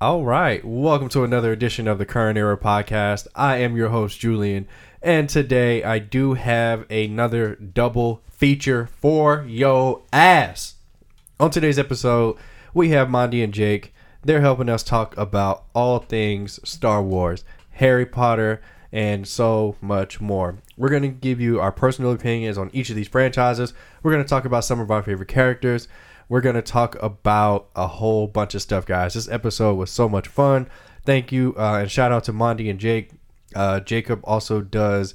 All right. Welcome to another edition of the Current Era Podcast. I am your host, Julian. And today I do have another double feature for yo ass. On today's episode, we have Mondi and Jake. They're helping us talk about all things Star Wars, Harry Potter, and so much more. We're going to give you our personal opinions on each of these franchises. We're going to talk about some of our favorite characters. We're going to talk about a whole bunch of stuff, guys. This episode was so much fun. Thank you. Uh, and shout out to Mondi and Jake. Uh, Jacob also does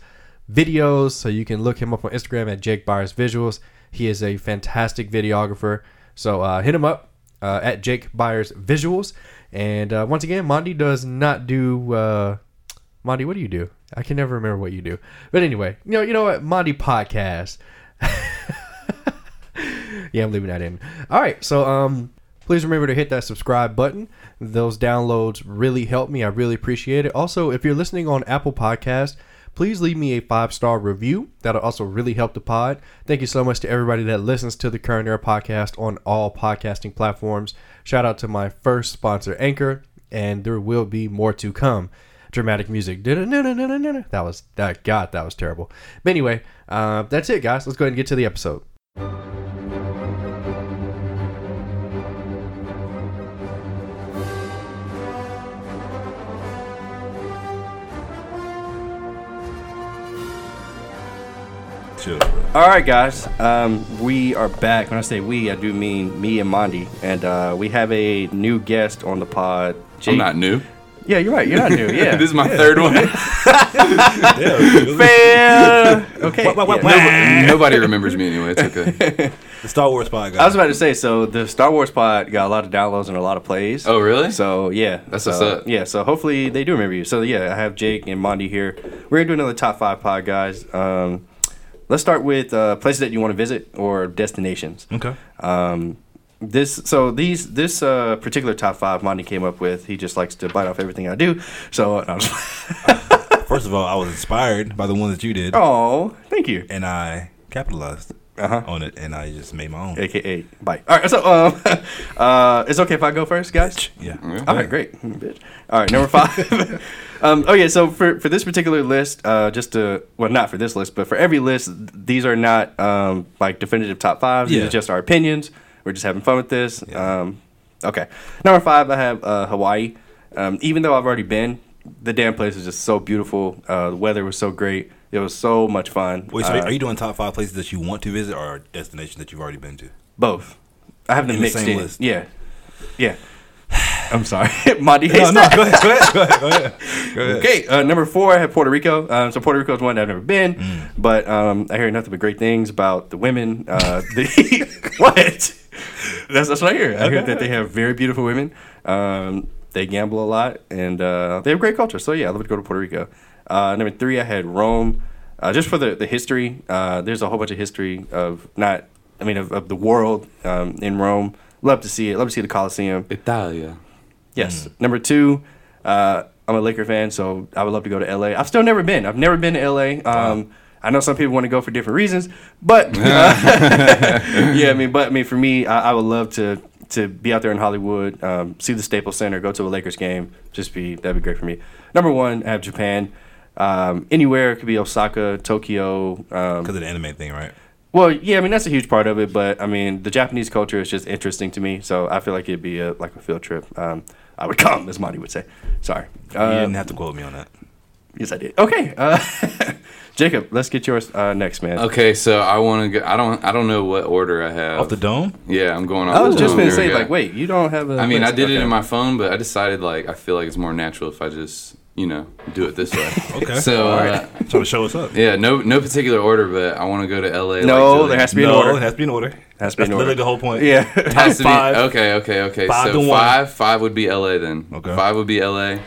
videos, so you can look him up on Instagram at Jake Byers Visuals. He is a fantastic videographer. So uh, hit him up uh, at Jake Byers Visuals. And uh, once again, Mondi does not do. Uh, Mondi, what do you do? I can never remember what you do. But anyway, you know, you know what? Mondi podcast. yeah, I'm leaving that in. All right, so um, please remember to hit that subscribe button. Those downloads really help me. I really appreciate it. Also, if you're listening on Apple Podcast, please leave me a five star review. That'll also really help the pod. Thank you so much to everybody that listens to the Current Era Podcast on all podcasting platforms. Shout out to my first sponsor, Anchor, and there will be more to come. Dramatic music. Da-da-na-na-na-na-na. That was that. God, that was terrible. But anyway, uh, that's it, guys. Let's go ahead and get to the episode. All right, guys. Um, we are back. When I say we, I do mean me and Mondi, and uh, we have a new guest on the pod. Jake. I'm not new. Yeah, you're right. You're not new. Yeah. this is my third one. Yeah, Man. Okay. Wah, wah, wah, yeah. wah. Nobody remembers me anyway. It's okay. the Star Wars podcast. I was about to say, so the Star Wars pod got a lot of downloads and a lot of plays. Oh, really? So yeah, That's so, what's up. Yeah, so hopefully they do remember you. So yeah, I have Jake and Mondi here. We're gonna do another top five pod, guys. Um, let's start with uh, places that you want to visit or destinations. okay. Um, this so these this uh, particular top five Monty came up with. He just likes to bite off everything I do. So I'm First of all, I was inspired by the one that you did, oh, thank you. and I capitalized Uh-huh. on it, and I just made my own. AKA bite. All right, so um, uh, it's okay if I go first, guys. Yeah. Uh, All right, great. Mm, bitch. All right, number five. um, okay, so for, for this particular list, uh, just to, well, not for this list, but for every list, th- these are not um, like definitive top fives. These Yeah. are just our opinions. We're just having fun with this. Yeah. Um, okay. Number five, I have uh, Hawaii. Um, even though I've already been, the damn place is just so beautiful. Uh, the weather was so great. It was so much fun. Wait, so Uh, are you doing top five places that you want to visit, or destinations that you've already been to? both. I have them In the mixed same in. list. Yeah. Yeah. I'm sorry. Monty No, hates no, that. go ahead, go ahead, go ahead, go ahead. Go ahead. Okay, uh, number four, I have Puerto Rico. Um, so Puerto Rico is one that I've never been, but um, I hear nothing but great things about the women. Uh, the what? That's, that's what I hear. I hear that they have very beautiful women. Um, they gamble a lot, and uh, they have great culture. So yeah, I would go to Puerto Rico. Uh, number three, I had Rome, uh, just for the the history. Uh, there's a whole bunch of history of not, I mean, of, of the world um, in Rome. Love to see it. Love to see the Colosseum. Italia. Yes. Mm. Number two, uh, I'm a Laker fan, so I would love to go to LA. I've still never been. I've never been to LA. Um, I know some people want to go for different reasons, but yeah, I mean, but I mean, for me, I, I would love to to be out there in Hollywood, um, see the Staples Center, go to a Lakers game. Just be that'd be great for me. Number one, I have Japan. Um, anywhere it could be Osaka, Tokyo. Um, Because of the anime thing, right? well, yeah, I mean that's a huge part of it, but I mean the Japanese culture is just interesting to me, so I feel like it'd be a, like a field trip. Um, I would come, as Monty would say. Sorry. you Uh, didn't have to quote me on that. yes, I did. Okay, uh, Jacob, let's get yours uh, next, man. Okay, so I want to go. I don't. I don't know what order I have. Off the dome? yeah, I'm going off. I was the just dome. gonna Here say, we go. like, wait, you don't have a. I mean, I list. did it Okay. in my phone, but I decided like I feel like it's more natural if I just you know do it this way. Okay. So All uh, right. Trying to show us up. yeah, no no particular order, but I want to go to L.A. No, like, there has to be an no, order. it has to be in order. Has to be That's in literally order. the whole point. yeah. Has to be- Five. Okay, okay, okay. Five to so one. five, five would be LA then. Okay. Five would be LA.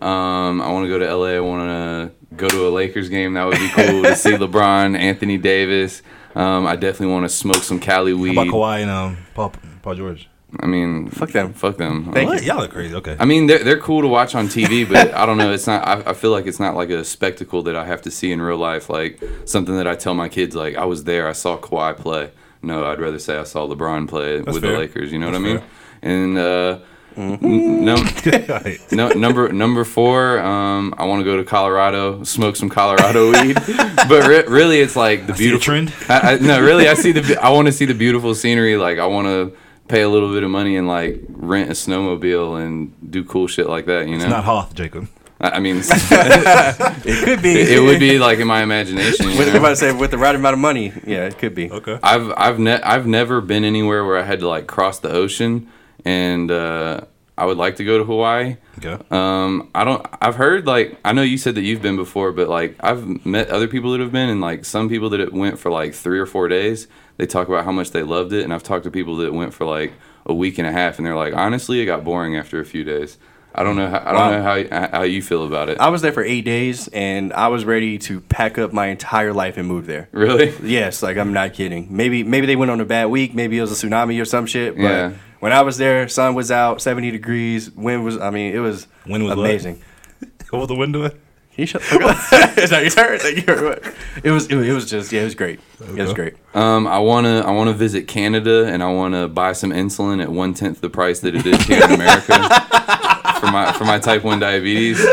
Um, I want to go to LA. I want to go to a Lakers game. That would be cool to see LeBron, Anthony Davis. Um, I definitely want to smoke some Cali weed. About Kawhi and um, Paul, Paul George. I mean, Fuck them. Fuck them. Thank I- What? Y'all are crazy. Okay. I mean, they're, they're cool to watch on TV, but I don't know. It's not. I, I feel like it's not like a spectacle that I have to see in real life. Like something that I tell my kids, like I was there, I saw Kawhi play. No, I'd rather say I saw LeBron play with the fair. Mm-hmm. Lakers. You know what I That's mean? And uh, Num- Right. no, number number four. Um, I want to go to Colorado, smoke some Colorado weed. But re- really, it's like the See the beautiful. trend? I, I, no, really, I see the. be- I want to see the beautiful scenery. Like, I want to pay a little bit of money and like rent a snowmobile and do cool shit like that. You know, It's not Hoth, Jacob. I, I mean, it, It could be. it would be like in my imagination. You With, I'm about know? to say with the right amount of money. Yeah, it could be. Okay. I've I've ne- I've never been anywhere where I had to like cross the ocean, and uh, I would like to go to Hawaii. Okay. Um, I don't. I've heard like I know you said that you've been before, but like I've met other people that have been, and like some people that it went for like three or four days. They talk about how much they loved it, and I've talked to people that went for like a week and a half, and they're like, honestly, it got boring after a few days. I don't know. How, I don't Wow. know how how you feel about it. I was there for eight days, and I was ready to pack up my entire life and move there. really? Yes, like I'm not kidding. Maybe maybe they went on a bad week. Maybe it was a tsunami or some shit. But Yeah. when I was there, sun was out, 70 degrees. Wind was. I mean, it was Wind was what? amazing. Over the window. You shut the fuck up. it's not your turn. Like, you're- it was it was- it was just yeah, it was great. It was Okay. great. Um, I wanna I wanna visit Canada, and I wanna buy some insulin at one tenth the price that it is here in America for my for my type one diabetes.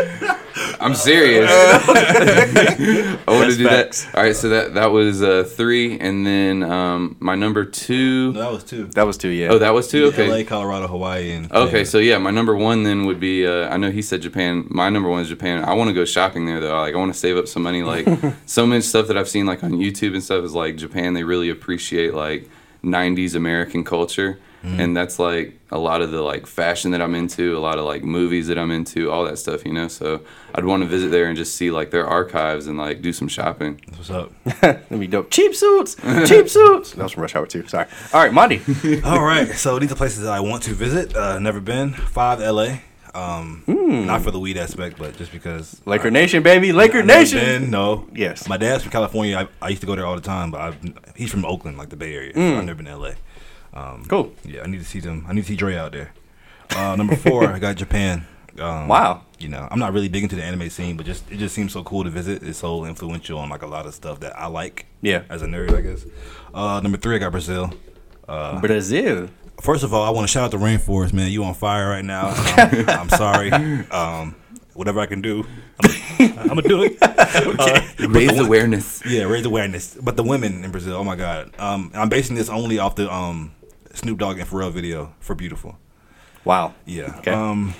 I'm serious. I want to That's do facts. that. All right, so that that was uh, three, and then um, my number two. That was two. That was too yeah. Oh, that was two. L.A., Okay. Colorado, Hawaii, and Okay, so yeah, my number one then would be. Uh, I know he said Japan. My number one is Japan. I want to go shopping there though. Like I want to save up some money. Like so much stuff that I've seen like on YouTube and stuff is like Japan. They really appreciate like '90s American culture, and that's like a lot of the like fashion that I'm into, a lot of like movies that I'm into, all that stuff. You know, so I'd want to visit there and just see like their archives and like do some shopping. What's up? Let me dope. Cheap suits. Cheap suits. That was from Rush Hour too. Sorry. All right, Monty. All right, so these are places that I want to visit. Uh, never been. Five L.A. Um, Hmm. not for the weed aspect, but just because Laker Nation, baby. Laker I've never Nation. been, no. Yes. My dad's from California. I, I used to go there all the time, but I've, he's from Oakland, like the Bay Area. Hmm. So I've never been to L.A. Cool. Yeah, I need to see them. I need to see Dre out there. Uh, number four, I got Japan. Um, Wow. You know, I'm not really big into the anime scene, but just it just seems so cool to visit. It's so influential on like a lot of stuff that I like. Yeah. As a nerd, I guess. Uh, number three, I got Brazil. Uh-huh. Brazil. First of all, I want to shout out the rainforest, man. You on fire right now. Um, I'm sorry. Um, whatever I can do, I'm, I'm gonna do it. Uh, but the Raise one- awareness. yeah, raise awareness. But the women in Brazil, oh my god. Um, I'm basing this only off the um, Snoop Dogg and Pharrell video for "Beautiful." Wow. Yeah. Okay. Um,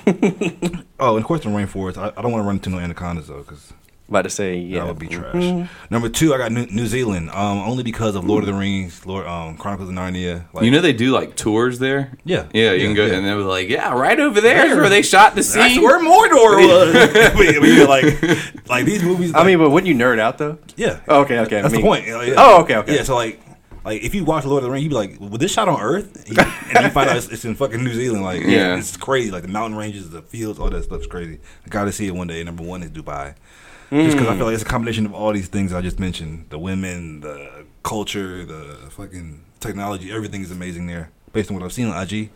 oh, and of course the rainforest. I, I don't want to run into no anacondas though, because About to say yeah. that would be trash. Mm-hmm. Number two, I got New, New Zealand. Um, only because of Lord of the Rings, Lord um, Chronicles of Narnia. Like, You know they do like tours there. Yeah. Yeah, you Yeah, can go, yeah. and they were like, "Yeah, right over there is where they shot the scene." Mordor was. we, we, like, like these movies. I like- mean, but wouldn't you nerd out though? yeah. Oh, okay, okay. I That's mean- the point. you know, yeah. Oh, okay, okay. Yeah, so like, like if you watch Lord of the Rings, you'd be like, "Was this shot on Earth?" And you- and you find out it's, it's in fucking New Zealand. Like, Yeah. yeah, it's crazy. Like the mountain ranges, the fields, all that stuff's crazy. I gotta see it one day. Number one is Dubai, just because I feel like it's a combination of all these things I just mentioned: the women, the culture, the fucking technology. Everything is amazing there, based on what I've seen on IG.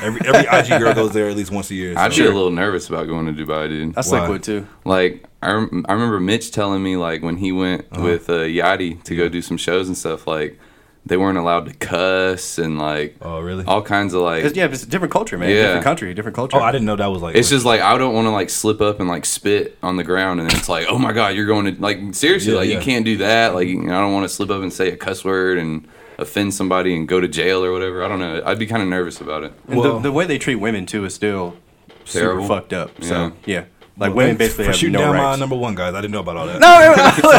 Every every IG girl goes there at least once a year. I'd so- be a little nervous about going to Dubai, dude. I slick Why? would too. Like I, rem- I remember Mitch telling me like when he went Uh-huh. with uh, Yachty to go do some shows and stuff, like they weren't allowed to cuss and like Oh, really? all kinds of like. It's, yeah, it's a different culture, man. Yeah. Different country, different culture. Oh, I didn't know that was like. It's just like I don't want to like slip up and like spit on the ground, and then it's like, oh my god, you're going to like seriously, Yeah, like you yeah. can't do that. Like you know, I don't want to slip up and say a cuss word and offend somebody and go to jail or whatever. I don't know. I'd be kind of nervous about it. And Well- the, the way they treat women too is still Terrible. super fucked up. So yeah, like Well, women thanks basically for have shooting no down my rights. number one, guys. I didn't know about all that. No, no,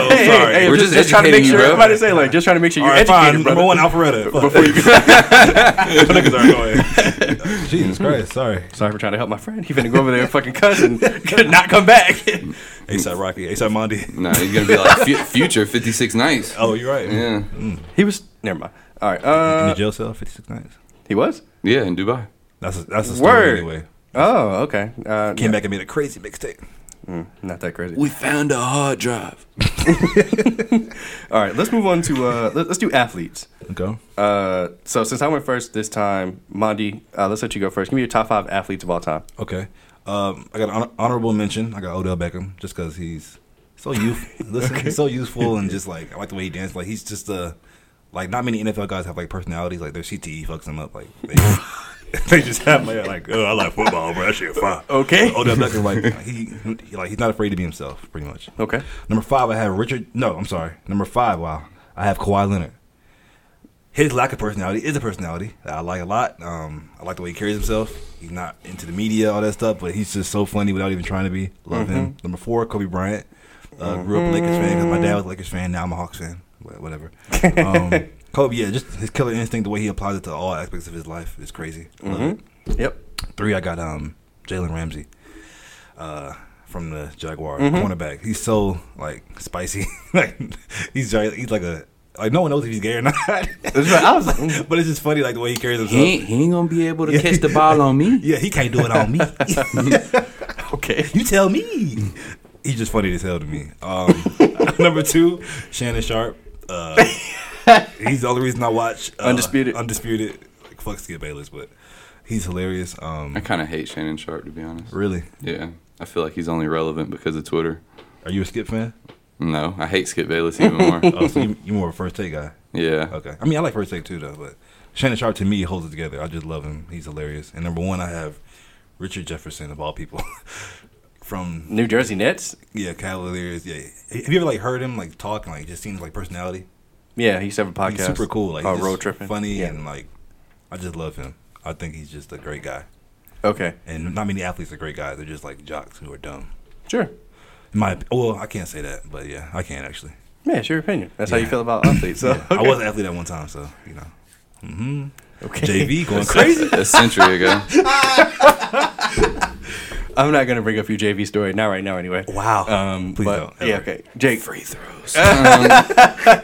no, hey, hey, sorry. hey, We're just, just just trying to make educating you, sure. I'm bro. about to say like just trying to make sure All you're right, fine. educated, brother. Number one, Alpharetta. Fuck. Before you Jesus Christ, sorry. Sorry for trying to help my friend. He finna go over there and fucking cuss and could not come back. ASAP Rocky, ASAP Mondi. No, he's gonna be like "Fu- future 56 nights. Oh, you're right. Yeah, he was never mind. All right, In the uh, jail cell, 56 nights. he was. yeah, in Dubai. That's a, that's a story Word. anyway. Oh, okay. Uh, Came back and made a crazy mixtape. not that crazy. We found a hard drive. All right, let's move on to uh, let, let's do athletes. Okay. Uh, so since I went first this time, Mondi, uh, let's let you go first. Give me your top five athletes of all time. Okay. Um, I got an honor- honorable mention. I got Odell Beckham just because he's so youthful. Listen, he's so youthful and just like I like the way he dances. Like E he's just a like not many NFL guys have like personalities. Like their CTE fucks him up. Like they, they just have my like, oh, I like football, bro. That shit fun. Okay. Odell Beckham, like he, he like he's not afraid to be himself, pretty much. Okay. Number five, I have Richard. No, I'm sorry. Number five, wow, I have Kawhi Leonard. His lack of personality is a personality that I like a lot. Um, I like the way he carries himself. He's not into the media, all that stuff, but he's just so funny without even trying to be. Love him. Number four, Kobe Bryant. Uh, grew up a Lakers fan because my dad was a Lakers fan. Now I'm a Hawks fan. Wha- Whatever. Um, Kobe, yeah, just his killer instinct, the way he applies it to all aspects of his life is crazy. I love it. Yep. Three, I got um Jalen Ramsey, uh, from the Jaguar Mm-hmm. cornerback. He's so like spicy, like he's gi- he's like a like no one knows if he's gay or not. I was mm, but it's just funny like the way he carries himself. He ain't, he ain't gonna be able to catch the ball on me. yeah, he can't do it on me. okay. you tell me. He's just funny as hell to me. Um, number two, Shannon Sharp. Uh, he's the only reason I watch uh, Undisputed. Undisputed. Like, fuck Skip Bayless, but he's hilarious. Um, I kind of hate Shannon Sharp to be honest. really, Yeah, I feel like he's only relevant because of Twitter. are you a Skip fan? No, I hate Skip Bayless even more. Oh, so you, you more of a first take guy. yeah. Okay. I mean, I like first take too, though. But Shannon Sharp to me holds it together. I just love him. He's hilarious. And number one, I have Richard Jefferson of all people from New Jersey Nets. yeah Cavaliers. Yeah. Have you ever like heard him like talk and like just seen his like personality? Yeah, he used to have a podcast. He's super cool. Like oh, just road tripping. funny, Yeah. and like I just love him. I think he's just a great guy. Okay. And not many athletes are great guys. They're just like jocks who are dumb. Sure. In my op- well, I can't say that, but yeah, I can actually. Yeah, it's your opinion. That's how you Yeah. feel about athletes. So. I was an athlete at one time, so you know. okay. JV going crazy. A century ago. I'm not gonna bring up your JV story. Not right now, anyway. Wow. Um, Please but- don't. Yeah. ever. Okay. Jake. Free throws. Um,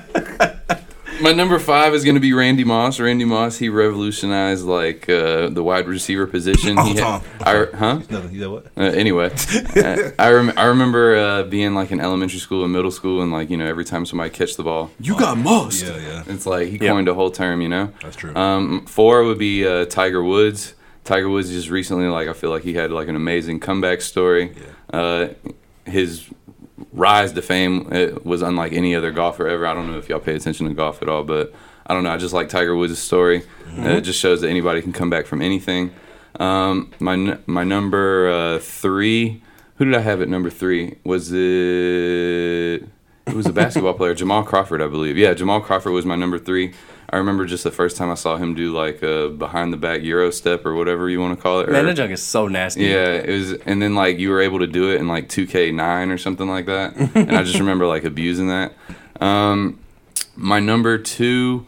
My number five is going to be Randy Moss. Randy Moss, he revolutionized like uh, the wide receiver position. Uncle He Tom. I re- huh? Nothing. You know what? Uh, anyway, I, I, rem- I remember uh, being like in elementary school and middle school, and like you know every time somebody catch the ball, you got most. Yeah, yeah. It's like he coined a whole term, you know. That's true. Um, four would be uh, Tiger Woods. Tiger Woods just recently, like I feel like he had like an amazing comeback story. Uh, his rise to fame uh was unlike any other golfer ever. I don't know if y'all pay attention to golf at all, but I don't know. I just like Tiger Woods' story. Mm-hmm. Uh, it just shows that anybody can come back from anything. Um, my n- my number uh, three. Who did I have at number three? Was it? It was a basketball player, Jamal Crawford, I believe. Yeah, Jamal Crawford was my number three. I remember just the first time I saw him do like a behind the back Euro step or whatever you want to call it. Man, or- that junk is so nasty. yeah, it was, and then like you were able to do it in like 2K9 or something like that, and I just remember like abusing that. Um, my number two,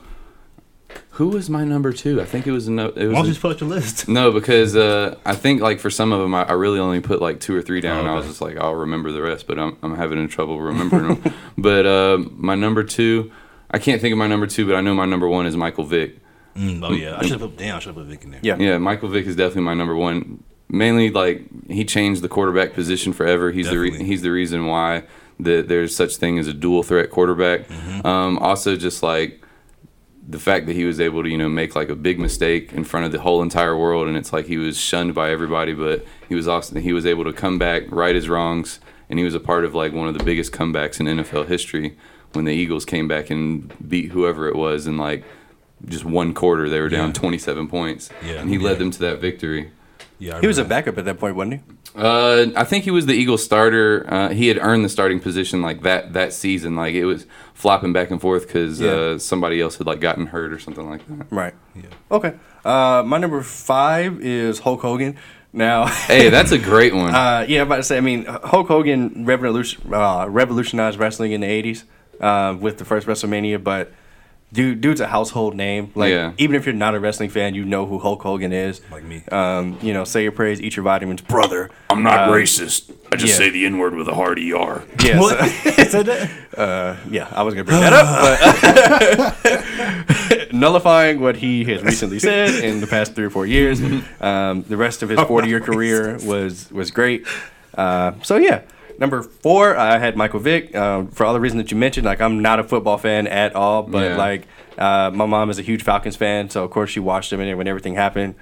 who was my number two? I think it was no, it was Why don't you just put out your list? no, because uh, I think like for some of them, I, I really only put like two or three down, and I was just like, I'll remember the rest, but I'm, I'm having trouble remembering them. But uh, my number two, I can't think of my number two, but I know my number one is Michael Vick. Mm, oh yeah, I should have put damn. I should have put Vic in there. Yeah. Yeah, Michael Vick is definitely my number one. Mainly, like he changed the quarterback position forever. He's the re- Definitely. he's the reason why that there's such thing as a dual threat quarterback. Um, also, just like the fact that he was able to you know make like a big mistake in front of the whole entire world, and it's like he was shunned by everybody, but he was also he was able to come back, right his wrongs, and he was a part of like one of the biggest comebacks in NFL history when the Eagles came back and beat whoever it was, and like just one quarter they were down Yeah. 27 points Yeah. and he led Yeah. them to that victory yeah I He was a remember backup at that point, wasn't he? uh, i think he was the eagles starter uh, he had earned the starting position like that that season like it was flopping back and forth because Yeah. uh, somebody else had like gotten hurt or something like that Right. that. Yeah. Okay. Uh, my number five is Hulk Hogan. Now. hey that's a great one Uh, yeah, I'm about to say. I mean, Hulk Hogan revolution, uh, revolutionized wrestling in the '80s uh, with the first WrestleMania, but dude, dude's a household name. Like, Yeah. even if you're not a wrestling fan, you know who Hulk Hogan is. Like me. um, you know, say your prayers, eat your vitamins, brother. I'm not racist. I just Uh, yeah. say the N word with a hard ER. Yeah, so- Said that? yeah, I was gonna bring that up, but nullifying what he has recently said in the past three or four years. Um, the rest of his forty-year career was was great. Uh, so yeah, number four, I had Michael Vick um, for all the reasons that you mentioned. Like, I'm not a football fan at all, but Yeah. like, uh, my mom is a huge Falcons fan, so of course she watched him and when everything happened.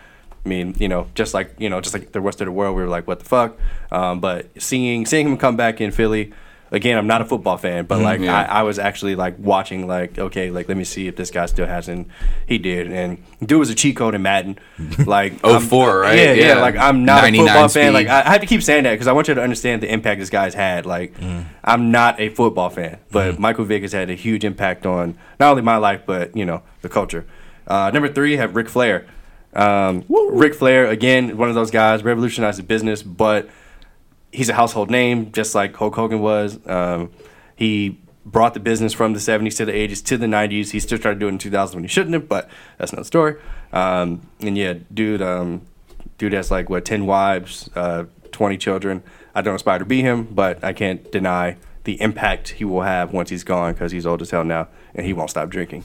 I mean, you know, just like you know, just like the rest of the world, we were like, "What the fuck?" Um, but seeing seeing him come back in Philly, again, I'm not a football fan, but like Yeah. I, I was actually like watching like okay, like let me see if this guy still has and he did and dude was a cheat code in Madden, like Oh, I'm- four, right? Yeah, yeah, Yeah. Like I'm not a 99 football fan. speed. Like I, I have to keep saying that because I want you to understand the impact this guy's had. Like Mm-hmm. I'm not a football fan, but Michael Vick has had a huge impact on not only my life but you know the culture. Uh, number three, have Ric Flair. Um, Ric Flair again, one of those guys revolutionized the business, but he's a household name, just like Hulk Hogan was. Um, he brought the business from the 70s to the 80s to the 90s. He still tried to do it in 2000 when he shouldn't have, but that's another story. Um, and yeah, dude, um, dude has like what 10 wives, uh, 20 children. I don't aspire to be him, but I can't deny the impact he will have once he's gone because he's old as hell now and he won't stop drinking.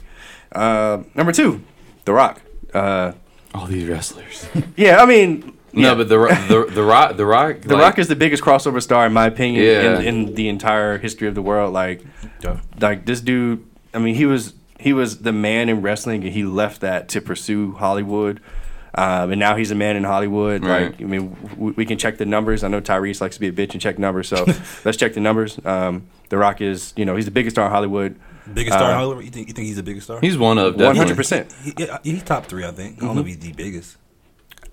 Uh, number two, The Rock. Uh, All these wrestlers. yeah, I mean, yeah. No, but the Ro- the the rock the rock The Rock is the biggest crossover star in my opinion Yeah. in, in the entire history of the world. Like, like this dude. I mean, he was he was the man in wrestling, and he left that to pursue Hollywood. Um, and now he's a man in Hollywood. Like, Right. I mean, we, we can check the numbers. I know Tyrese likes to be a bitch and check numbers, so let's check the numbers. Um, the Rock is, you know, he's the biggest star in Hollywood. Biggest star in Hollywood? You think, you think he's the biggest star? Uh, he's one of One definitely. hundred percent. He- yeah, he's top three, I think. I don't know if he's Mm-hmm. the biggest.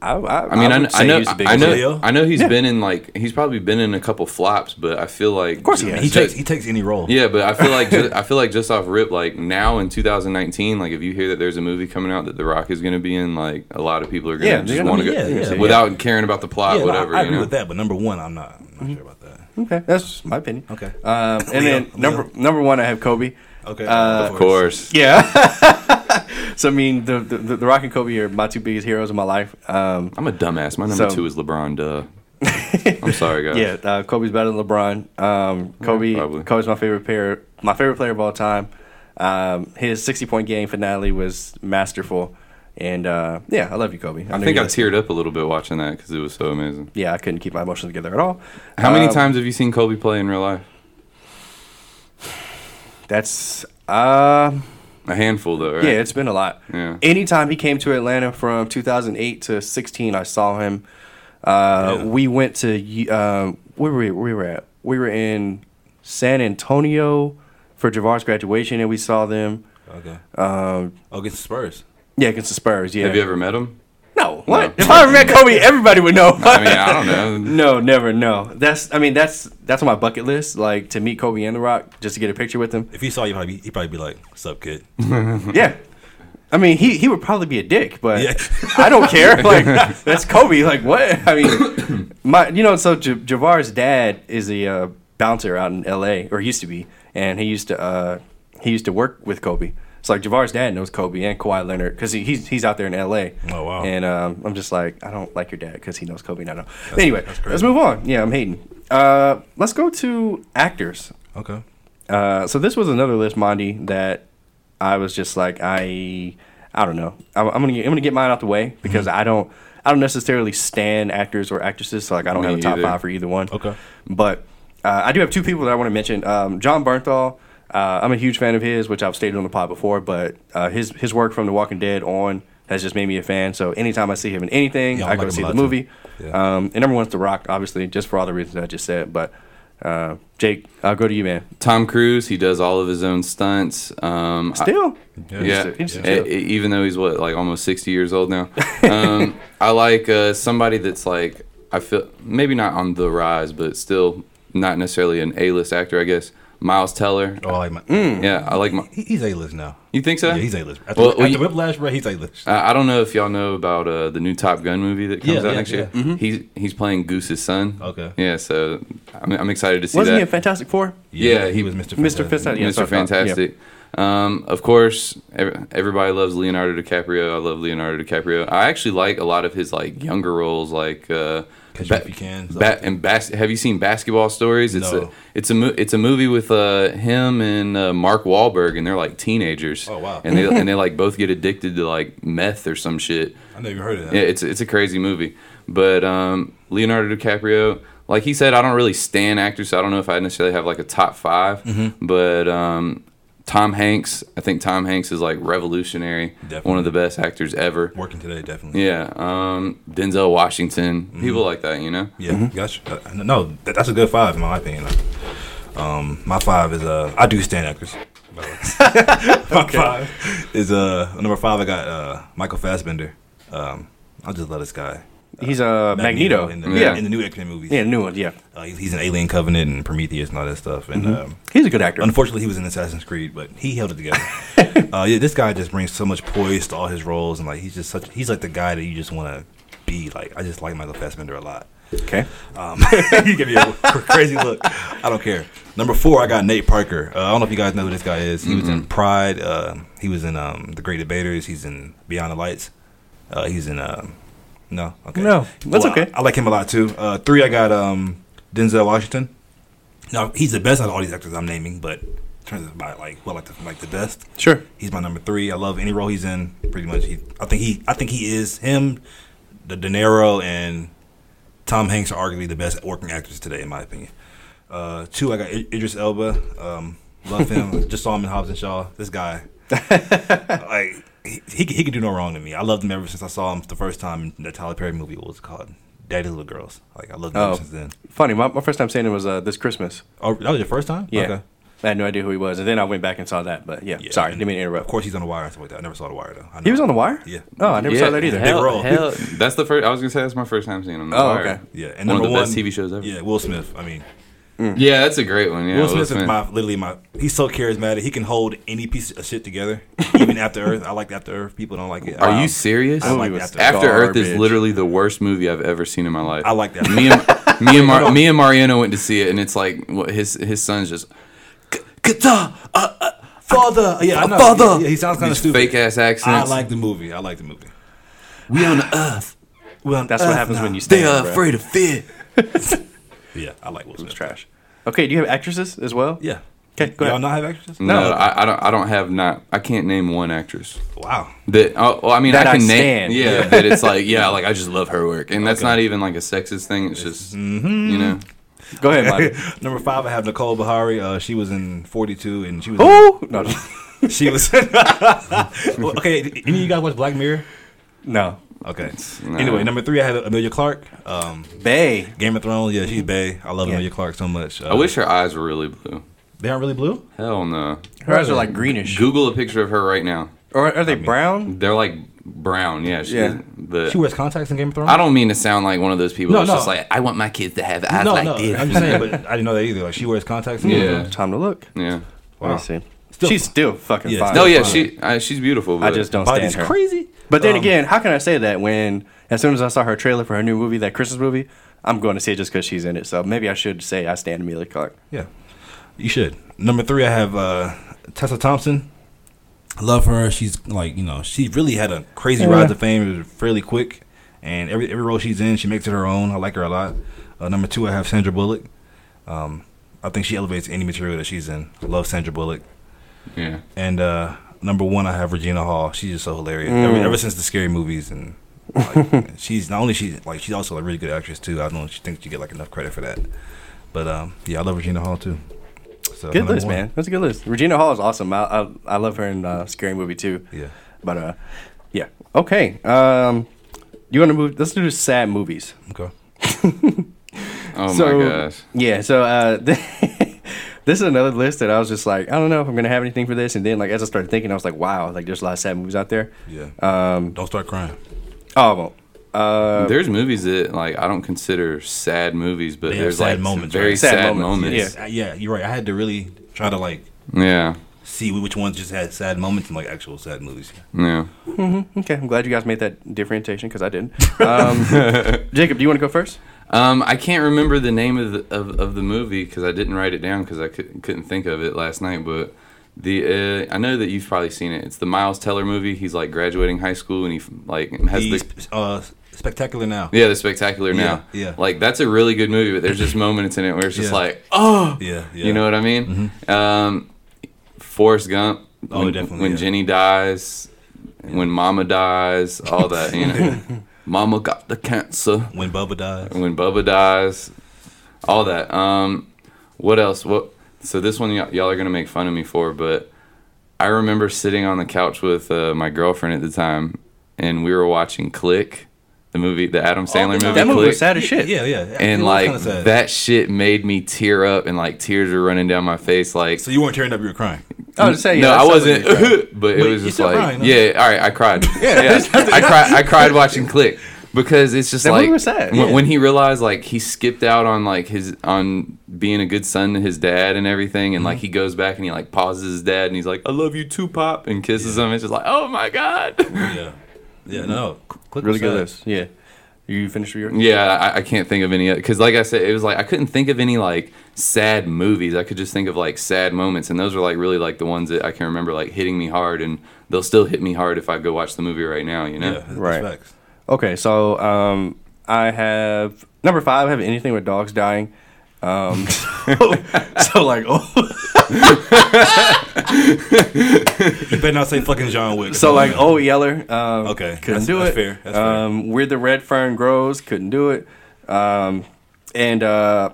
I I mean, I, would kn- I say know, he's the I biggest. know, Leo. I know. He's been in like he's probably been in a couple flops, but I feel like of course, he, he takes he takes any role. yeah, but I feel like ju- I feel like just off rip, like now in 2019, like if you hear that there's a movie coming out that The Rock is going to be in, like a lot of people are going Yeah, to they're just gonna want be- to go yeah, yeah. without caring about the plot, Yeah, no, whatever. I, I you agree know? Mm-hmm. with that, but number one, I'm not. I'm not sure about that. Okay, that's my opinion. Okay. Uh, Um, and then Leo, number Leo. number one, I have Kobe. Okay, Uh, Of course, Yeah. so I mean, the, the the Rock and Kobe are my two biggest heroes in my life. Um, I'm a dumbass. My number So- two is LeBron. Duh. I'm sorry, guys. yeah, uh, Kobe's better than LeBron. Um, Kobe, probably. Kobe's my favorite player, my favorite player of all time. Um, his sixty point game finale was masterful, and uh, yeah, I love you, Kobe. I know think you I listen. teared up a little bit watching that because it was so amazing. Yeah, I couldn't keep my emotions together at all. How many Um, times have you seen Kobe play in real life? That's uh, A handful, though. Right? yeah, it's been a lot. Yeah. Anytime he came to Atlanta from 2008 to 16, I saw him. Uh, Yeah. We went to um, where were we, we were at? We were in San Antonio for Javar's graduation, and we saw them. Okay. Um, Oh, against the Spurs. yeah, against the Spurs. Yeah. Have you ever met him? No. What? No. If I met Kobe, everybody would know. I mean, I don't know. No, never. No. That's. I mean, that's that's on my bucket list. Like to meet Kobe and The Rock, just to get a picture with him. If he saw you, probably he'd probably be like, "What's up, kid?" Yeah. I mean, he, he would probably be a dick, but Yeah. I don't care. Like that's Kobe. Like what? I mean, my you know. So J- Javar's dad is a uh, bouncer out in L.A. or used to be, and he used to uh, he used to work with Kobe. So like Javar's dad knows Kobe and Kawhi Leonard because he, he's he's out there in L.A. Oh, wow. And um, I'm just like I don't like your dad because he knows Kobe. And I know. anyway, let's move on. Yeah, I'm hating. Uh, let's go to actors. Mm-hmm. Okay. Uh, so this was another list, Mondi, that I was just like, I, I don't know. I'm, I'm gonna, get, I'm gonna get mine out the way Mm-hmm. because I don't, I don't necessarily stand actors or actresses, so like I don't Me have a top either. five for either one. Okay. But uh, I do have two people that I want to mention. Um, John Bernthal. Uh, I'm a huge fan of his, which I've stated on the pod before. But uh, his his work from The Walking Dead on has just made me a fan. So anytime I see him in anything, Yeah, I I go like him see a the lot, too. movie. Yeah. Um, and number one's The Rock, obviously, just for all the reasons I just said. But uh, Jake, I'll go to you, man. Tom Cruise, he does all of his own stunts. Um, I- Still, Yeah. yeah, He's a- he's a E- chill. e- even though he's what like almost sixty years old now, um, I like uh, somebody that's like I feel maybe not on the rise, but still not necessarily an A-list actor. I guess Miles Teller. Oh, I like my. Yeah, I like. My, He, he's A-list now. you think so? Yeah, he's A-list. After, Mm. Well, after well, you- Whiplash, bro, he's A-list. I I don't know if y'all know about uh, the new Top Gun movie that comes Yeah, out yeah, next year. yeah. He's he's playing Goose's son. Okay. Yeah, so I'm, I'm excited to see Wasn't that. he in Fantastic Four? yeah, he- Mr. Mr. Fantastic. Yeah, sorry, Mr. sorry. Fantastic. Um, of course, ev- everybody loves Leonardo DiCaprio. I love Leonardo DiCaprio. I actually like a lot of his like younger roles, like uh, Catch Me If You Can, is Ba- and bas- have you seen Basketball Stories? It's No. a it's a mo- it's a movie with uh, him and uh, Mark Wahlberg, and they're like teenagers. Oh, wow. And they and they like both get addicted to like meth or some shit. I never even heard of that. Yeah, it's it's a crazy movie. But um, Leonardo DiCaprio, like he said, I don't really stand actors, so I don't know if I necessarily have like a top 5 Mm-hmm. But um, Tom Hanks, I think Tom Hanks is like revolutionary, one Definitely. of the best actors ever. Working today, definitely. Yeah, um, Denzel Mm-hmm. Washington, people like that, you know. Yeah, gotcha. Uh, no, that, that's a good five in my opinion. Um, my five is uh, I do stand actors. by the way. my five is uh, number five. I got uh, Michael Fassbender. Um, I'll just love this guy. He's a Magneto. in the, yeah. in the new X Men movies. yeah, new one. Yeah, Uh, he's, he's an Alien Covenant and Prometheus and all that stuff. And Mm-hmm. um, he's a good actor. Unfortunately, he was in Assassin's Creed, but he held it together. uh, yeah, this guy just brings so much poise to all his roles, and like he's just such he's like the guy that you just want to be. Like I just like Michael Fassbender a lot. Okay, Um, you give me a cr- crazy look. I don't care. Number four, I got Nate Parker. Uh, I don't know if you guys know who this guy is. He was in Pride. Uh, he was in um, The Great Debaters. He's in Beyond the Lights. Uh, he's in. Um, no, okay, No, that's Well, okay. I, I like him a lot too. Uh, three, I got um, Denzel Washington. Now he's the best out of all these actors I'm naming, but in terms of by like well, like the, like the best. sure. He's my number three. I love any role he's in. Pretty much, he, I think he, I think he is him, the De Niro and Tom Hanks are arguably the best working actors today, in my opinion. Uh, two, I got I- Idris Elba. Um, love him. Just saw him in Hobbs and Shaw. This guy, like he, he, can- he can do no wrong to me. I loved him ever since I saw him the first time in the Tyler Perry movie. What was it called? Daddy Little Girls. Like I loved him Oh. ever since then. Funny, my, my first time seeing him was uh, this Christmas. Oh, that was your first time? Yeah, I had no idea who he was, and then I went back and saw that. But yeah, Yeah, sorry, and didn't mean to Of interrupt. course, he's on the wire and stuff like that. I never saw the wire though. I He know. was on the wire. Yeah. Oh, I never Yeah. saw that either. Big Hell, role. hell, that's the first. I was gonna say that's my first time seeing him. The Oh, Wire. okay. Yeah, and One of number the one best TV shows ever. Yeah, Will Smith. I mean, Yeah, that's a great one. Yeah, Will Smith is my literally my. He's so charismatic. He can hold any piece of shit together. even After Earth, I like After Earth. People don't like it. Are I, you serious? I like Movie was After Earth. After Earth is Garbage. literally the worst movie I've ever seen in my life. I like that. Me and me and, Mar- me and Mariano went to see it, and it's like what, his his son's just guitar, uh, uh, father. Yeah, I know. Father. Yeah, he sounds kind of stupid. fake ass I accents. like the movie. I like the movie. we on the earth. Well, That's what happens when you stand. bruh. of fear. Yeah, I like Will It's Smith. trash. Okay, do you have actresses as well? Yeah. Okay, go Y'all ahead. not have actresses? No, No. I, I don't. I don't have not. I can't name one actress Wow. that. Oh, well, I mean, That I I can name. stand. Yeah, that it's like yeah, like I just love her work, and that's not even like a sexist thing. It's just Mm-hmm. you know. Go ahead, Mike. Number five, I have Nicole Bahari. Uh, she was in 42, and she was. Ooh! No, no. She was. okay, any of you guys watch Black Mirror? no. Okay. Nah. Anyway, number three, I have Amelia Clark. Um, Bay. Game of Thrones, yeah, she's Bay. I love Yeah. Amelia Clark so much. Uh, Mm-hmm. I wish her eyes were really blue. they aren't really blue. Hell no. Her eyes are like greenish. Google a picture of her right now. Or are they brown? They're like brown. Yeah. She, Yeah. The, She wears contacts in Game of Thrones. I don't mean to sound like one of those people No, that's no. just like, I want my kids to have eyes no, like no, this. I'm just saying, but I didn't know that either. Like she wears contacts. In Game of Yeah. Thrones. Time to look. Yeah. Wow. Let me see. Still- She's still fucking Yeah, fine. No, still- yeah, fine. she uh, she's beautiful. I But just don't stand body's her. crazy. But then Um, again, how can I say that when, as soon as I saw her trailer for her new movie, that Christmas movie, I'm going to see it just because she's in it. So maybe I should say I stand Amelia Clark. yeah, you should. Number three, I have uh, Tessa Thompson. I love her. She's like you know, she really had a crazy rise to fame. It was fairly quick, and every every role she's in, she makes it her own. I like her a lot. Uh, number two, I have Sandra Bullock. Um, I think she elevates any material that she's in. I love Sandra Bullock. Yeah. And uh, number one, I have Regina Hall. She's just so hilarious. Ever, Mm. ever since the scary movies, and like, she's not only she's like she's also a really good actress too. I don't think she get like enough credit for that. But um, yeah, I love Regina Hall too. So Good number list, one. man. That's a good list. Regina Hall is awesome. I I, I love her in uh, Scary Movie too. Yeah. But uh, yeah. Okay. Um, you want to move? Let's do the sad movies. Okay. Oh my gosh. Yeah, so uh, this is another list that I was just like, I don't know if I'm gonna have anything for this. And then like as I started thinking, I was like, wow, like there's a lot of sad movies out there. Yeah. Um, don't start crying. oh, I won't. Uh, There's movies that like I don't consider sad movies, but They have there's sad like moments, very right? Sad sad, moments, moments. Uh, yeah, you're right. I had to really try to like Yeah. see which ones just had sad moments and like actual sad movies. Yeah. okay, I'm glad you guys made that differentiation because I didn't. Um, Jacob, do you want to go first? Um, I can't remember the name of the, of, of the movie because I didn't write it down because I could, couldn't think of it last night. But the uh, I know that you've probably seen it. It's the Miles Teller movie. He's like graduating high school and he like has The the sp- uh, spectacular now. yeah the spectacular now. Yeah, yeah. Like that's a really good movie, but there's just moments in it where it's just Yeah. like oh Yeah. yeah. Mm-hmm. you know what I mean. Um, Forrest Gump. Oh, when, definitely, When yeah. Jenny dies, when Mama dies, all that you know. Mama got the cancer when Bubba dies. when Bubba dies, all that. Um, what else? What? So this one y'all, y'all are gonna make fun of me for, but I remember sitting on the couch with uh, my girlfriend at the time, and we were watching Click, the movie, the Adam Sandler movie. Oh, That movie Click. was sad as shit. Yeah, yeah. And It was like kinda sad. that shit made me tear up, and like tears were running down my face. Like So you weren't tearing up, you were crying. I was saying, no, yeah, I that's wasn't. something you but it Wait, was you just still like, crying, huh? yeah, all right, I cried. yeah, I cried. I cried watching Click because it's just That like movie was sad, When, yeah. when he realized like he skipped out on like his on being a good son to his dad and everything, and like he goes back and he like pauses his dad and he's like, "I love you too, pop," and kisses him. It's just like, oh my god. Yeah. Yeah, no. Click really was good list. sad. Yeah. You finished with yours? Yeah, I, I can't think of any because, like I said, it was like I couldn't think of any like sad movies. I could just think of like sad moments, and those are like really like the ones that I can remember like hitting me hard, and they'll still hit me hard if I go watch the movie right now. You know, Yeah, that's Right. facts. Okay, so um, I have number five. I have anything with dogs dying. Um, so, so like, oh, You better not say fucking John Wick. so like, oh, Yeller. Um, Okay, couldn't that's- do that's it. fair, that's fair. um, Where the red fern grows, couldn't do it. Um, and uh,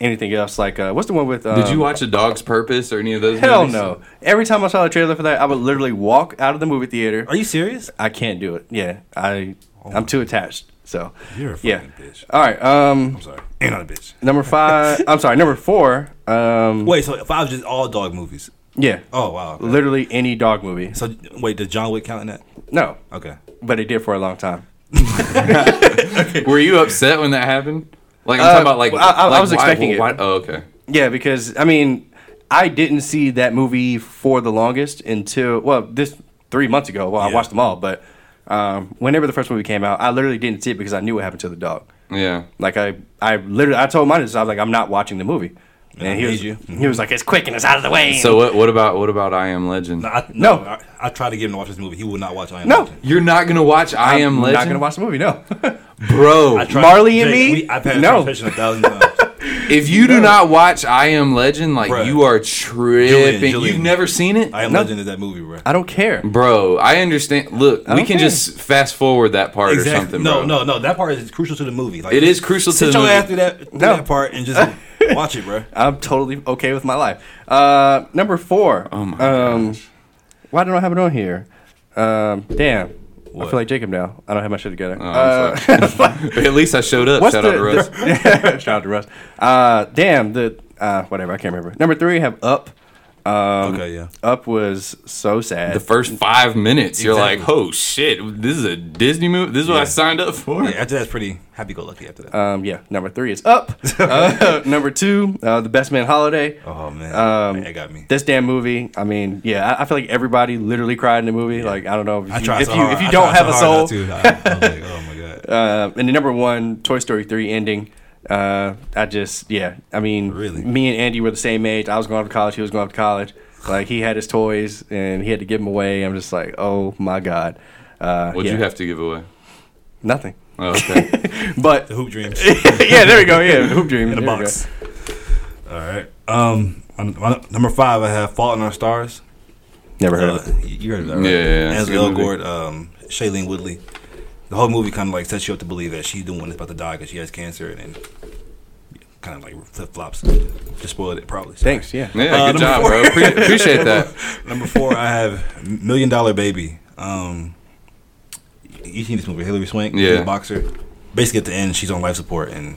anything else like, uh, what's the one with? Um, did you watch A Dog's Purpose or any of those? Hell movies? no! Every time I saw a trailer for that, I would literally walk out of the movie theater. Are you serious? I can't do it. Yeah, I, I'm too attached. So Oh You're a fucking yeah. bitch. All right. Um, I'm sorry. Ain't not a bitch. number five. I'm sorry. Number four. Um, Wait, so if I was just all dog movies. yeah. Oh, wow. Literally any dog movie. So, wait, does John Wick count in that? No, Okay. but it did for a long time. Were you upset when that happened? Like I'm talking about like Uh, well, I- I- I like, was why- expecting it. why- Oh, okay. Yeah, because I mean, I didn't see that movie for the longest until well, this three months ago. Well, I Yeah. watched them all, but um, whenever the first movie came out, I literally didn't see it because I knew what happened to the dog. Yeah. Like I, I literally, I told my I was like, I'm not watching the movie. I And he was, made you. he was like, it's quick and it's out of the way. So what? What about what about I Am Legend? I, No. I, I tried to get him to watch this movie. He would not watch I Am No. Legend. You're not gonna watch I I'm Am Legend, not gonna watch the movie. No, bro. I tried- Marley and Jake, me? We, I've had No. no. a thousand times. If you do not watch I Am Legend, like Bruh. you are tripping. Julian. You've never seen it, I Am No. Legend is that movie, bro. I don't care. bro. I understand. Look, we Okay. can just fast forward that part or something. No, bro. no, no. That part is crucial to the movie. Like, It is crucial to Sit the your ass movie. through that, through No. that part and just watch it, bro. I'm totally okay with my life. Uh, number four. Oh my um, Why don't I have it on here? Um, damn. I What? feel like Jacob now. I don't have my shit together. Oh, uh, I'm sorry. But At least I showed up. what's Shout the, out to Russ. the- shout out to Russ. Uh, damn the uh, whatever I can't remember. Number three have up. Um, Okay, yeah. Up was so sad. The first five minutes, you're Exactly. like, "Oh shit, this is a Disney movie. This is what I Yeah. signed up for." Yeah, after that's pretty happy go lucky after that. um, yeah, number three is up. Uh, number two, uh, the best man holiday. oh, man. Um, it got me. This damn movie. I mean, yeah, I, I feel like everybody literally cried in the movie. Like I don't know if I you, tried if, so you hard. if you I don't tried have so a hard soul. not to. I, I was like, oh, my God. Uh, and the number one, Toy Story three ending. Uh, I just yeah. I mean, Really? me and Andy were the same age. I was going to college. He was going to college. Like he had his toys and he had to give them away. I'm just like, oh my god. Uh, What'd yeah, you have to give away? Nothing. Oh, okay. But The hoop dreams. yeah, there we go. Yeah, hoop dream in a There we box. All right. Um, on, on- number five, I have Fault in Our Stars. go. Never heard of it. Uh, you you heard of that, right? Yeah, yeah, yeah. It's a Ansel good movie. Elgort, um, Shailene Woodley. The whole movie kind of like sets you up to believe that she's the one that's about to die because she has cancer, and then kind of like flip flops. Just spoiled it, probably. Sorry. Thanks. Yeah. Yeah, Uh, number good job, four. bro. Pre- appreciate that. Number four, I have Million Dollar Baby. Um, you seen this movie, Hillary Swank? She's Yeah. a boxer. Basically, at the end, she's on life support, and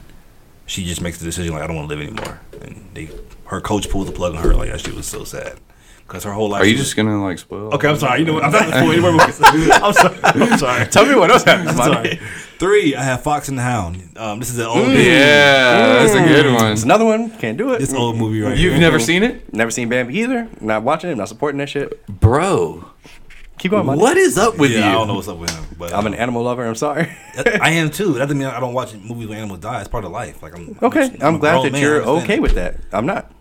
she just makes the decision like, I don't want to live anymore. And they, her coach pulled the plug on her. Like that shit was so sad because her whole life. Are you she was- just gonna like spoil? Okay, I'm sorry. You know what? I'm not going anymore. I'm sorry. I'm sorry. Tell me Mm. what else happened. I'm sorry. Three, I have Fox and the Hound. Um, this is an old movie. Yeah, that's a Mm. good It's one. another one. Can't do it. This old movie right You've here. never seen it, Never seen Bambi either. Not watching it. Not supporting that shit. bro. Keep going. Monty. What is up with yeah, you? I don't know what's up with him, but I'm an animal lover. I'm sorry. I am too. That doesn't mean I don't watch movies where animals die. It's part of life. Like I'm Okay, a- I'm, a glad grown that man, you're I understand okay that. with that. I'm not.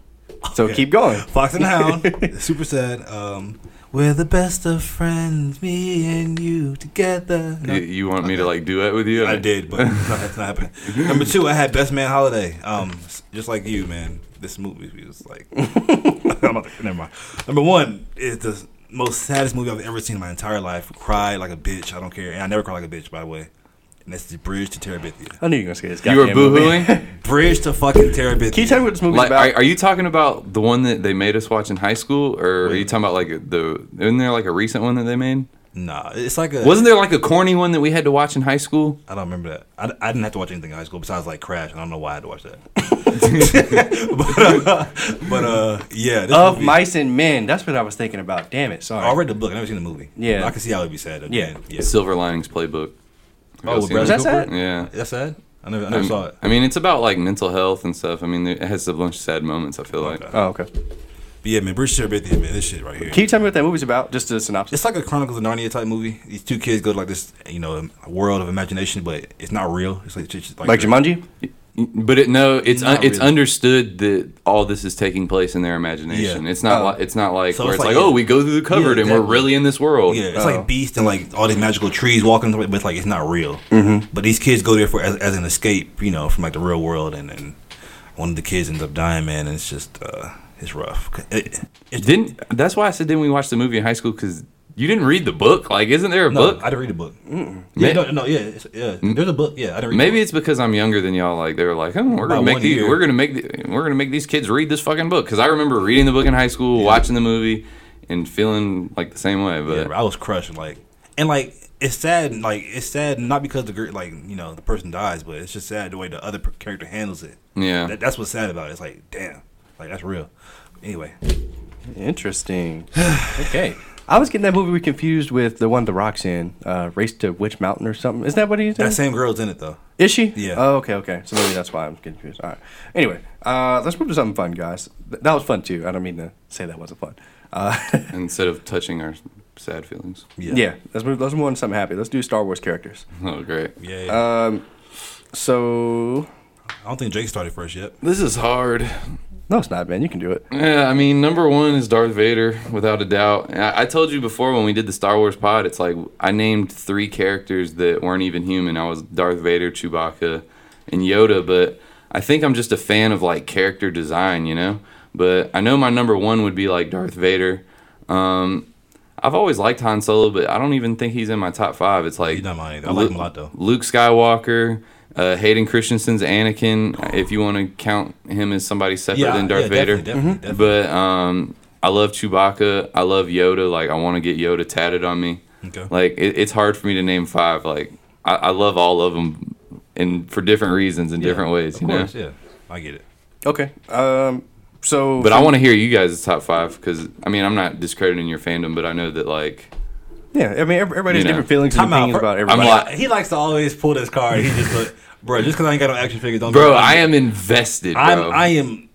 So Okay. keep going. Fox and the Hound. super sad. Um, we're the best of friends, me and you together. No, You, you want me to like do it with you? I did, but it's not, it's not happening. Number two, I had Best Man Holiday. Um, s- just like you, man. This movie was like, I'm not, never mind. Number one is the most saddest movie I've ever seen in my entire life. Cry like a bitch. I don't care, and I never cry like a bitch, by the way. And that's the Bridge to Terabithia. I knew you were gonna say this. You were goddamn movie. boohooing. Bridge to fucking Terabithia. Can you tell me what this movie's like, about? are, are you talking about the one that they made us watch in high school, or are you talking about like the? Isn't there like a recent one that they made? Nah, it's like a. Wasn't there like a corny one that we had to watch in high school? I don't remember that. I, I didn't have to watch anything in high school besides like Crash. I don't know why I had to watch that. but, uh, but uh, yeah, this Of movie- Mice and Men. That's what I was thinking about. Damn it. Sorry. I read the book. I never seen the movie. Yeah. I can see how it'd be sad. at the Yeah. end. yeah. Silver Linings Playbook. Have Oh, y'all with seen it? Bradley Was that Cooper? Yeah. That's sad. I never, I never saw it. I mean, it's about like mental health and stuff. I mean, it has a bunch of sad moments. I feel like. Oh, okay. But yeah, man, Bruce Sherbethian, man, this shit right here. Can you tell me what that movie's about? Just a synopsis. It's like a Chronicles of Narnia type movie. These two kids go to like this, you know, world of imagination, but it's not real. It's like, it's just like, Like Jumanji? But it no, it's Not un, it's really. understood that all this is taking place in their imagination. Yeah. It's not Oh. like it's not like So where it's it's like, like- oh, we go through the cupboard Yeah, and we're exactly. really in this world. Yeah, it's Oh. like beasts and like all these magical trees walking, through it, but it's like it's not real. Mm-hmm. But these kids go there for as, as an escape, you know, from like the real world, and and one of the kids ends up dying, man. And it's just uh, it's rough. It, it's, Didn't that's why I said didn't we watch the movie in high school because you didn't read the book? Like, isn't there a no, book? I didn't read the book. Yeah, Ma- no, no, yeah, it's, yeah. There's a book. Yeah, I didn't read. Maybe the book. it's because I'm younger than y'all. Like they were like, oh, we're By gonna make one these, year. we're gonna make, the, we're gonna make these kids read this fucking book. Because I remember reading the book in high school, watching the movie, and feeling like the same way. But Yeah, bro, I was crushed, like, and like it's sad, like it's sad not because the girl, like you know, the person dies, but it's just sad the way the other per- character handles it. Yeah. that, that's what's sad about it. It's like, damn, like that's real. Anyway, Interesting. okay. I was getting that movie confused with the one The Rock's in, uh, Race to Witch Mountain or something. Is that what he's in? that same girl's in it though. Is she? Yeah. Oh, okay, okay. So maybe that's why I'm confused. All right. Anyway, uh, let's move to something fun, guys. Th- that was fun too. I don't mean to say that wasn't fun. Uh, instead of touching our sad feelings, yeah. Let's move. Let's move on to something happy. Let's do Star Wars characters. oh great. Yeah, yeah. So I don't think Jake started first yet. This is hard. no, it's not, man. You can do it. Yeah, I mean, number one is Darth Vader, without a doubt. I, I told you before when we did the Star Wars pod, it's like I named three characters that weren't even human. I was Darth Vader, Chewbacca, and Yoda, but I think I'm just a fan of like character design, you know? But I know my number one would be like Darth Vader. Um, I've always liked Han Solo, but I don't even think he's in my top five. It's like He's not mine either. I like him a lot, though. Luke Skywalker, uh, Hayden Christensen's Anakin, if you want to count him as somebody separate than Darth Vader. Definitely, definitely, Mm-hmm. definitely. But um, I love Chewbacca. I love Yoda. Like I want to get Yoda tatted on me. Okay. Like it, it's hard for me to name five. Like I, I love all of them, and for different reasons and different ways. Of you know. course, yeah, I get it. Okay. Um. So. But I want to hear you guys' top five because I mean I'm not discrediting your fandom, but I know that like Yeah. I mean, every- everybody has You know. different feelings and Time out. opinions Fir- about I'm everybody. like- He likes to always pull this card. He just, like, bro, just because I ain't got no action figures, don't. bro, I am invested, bro. I'm, I am.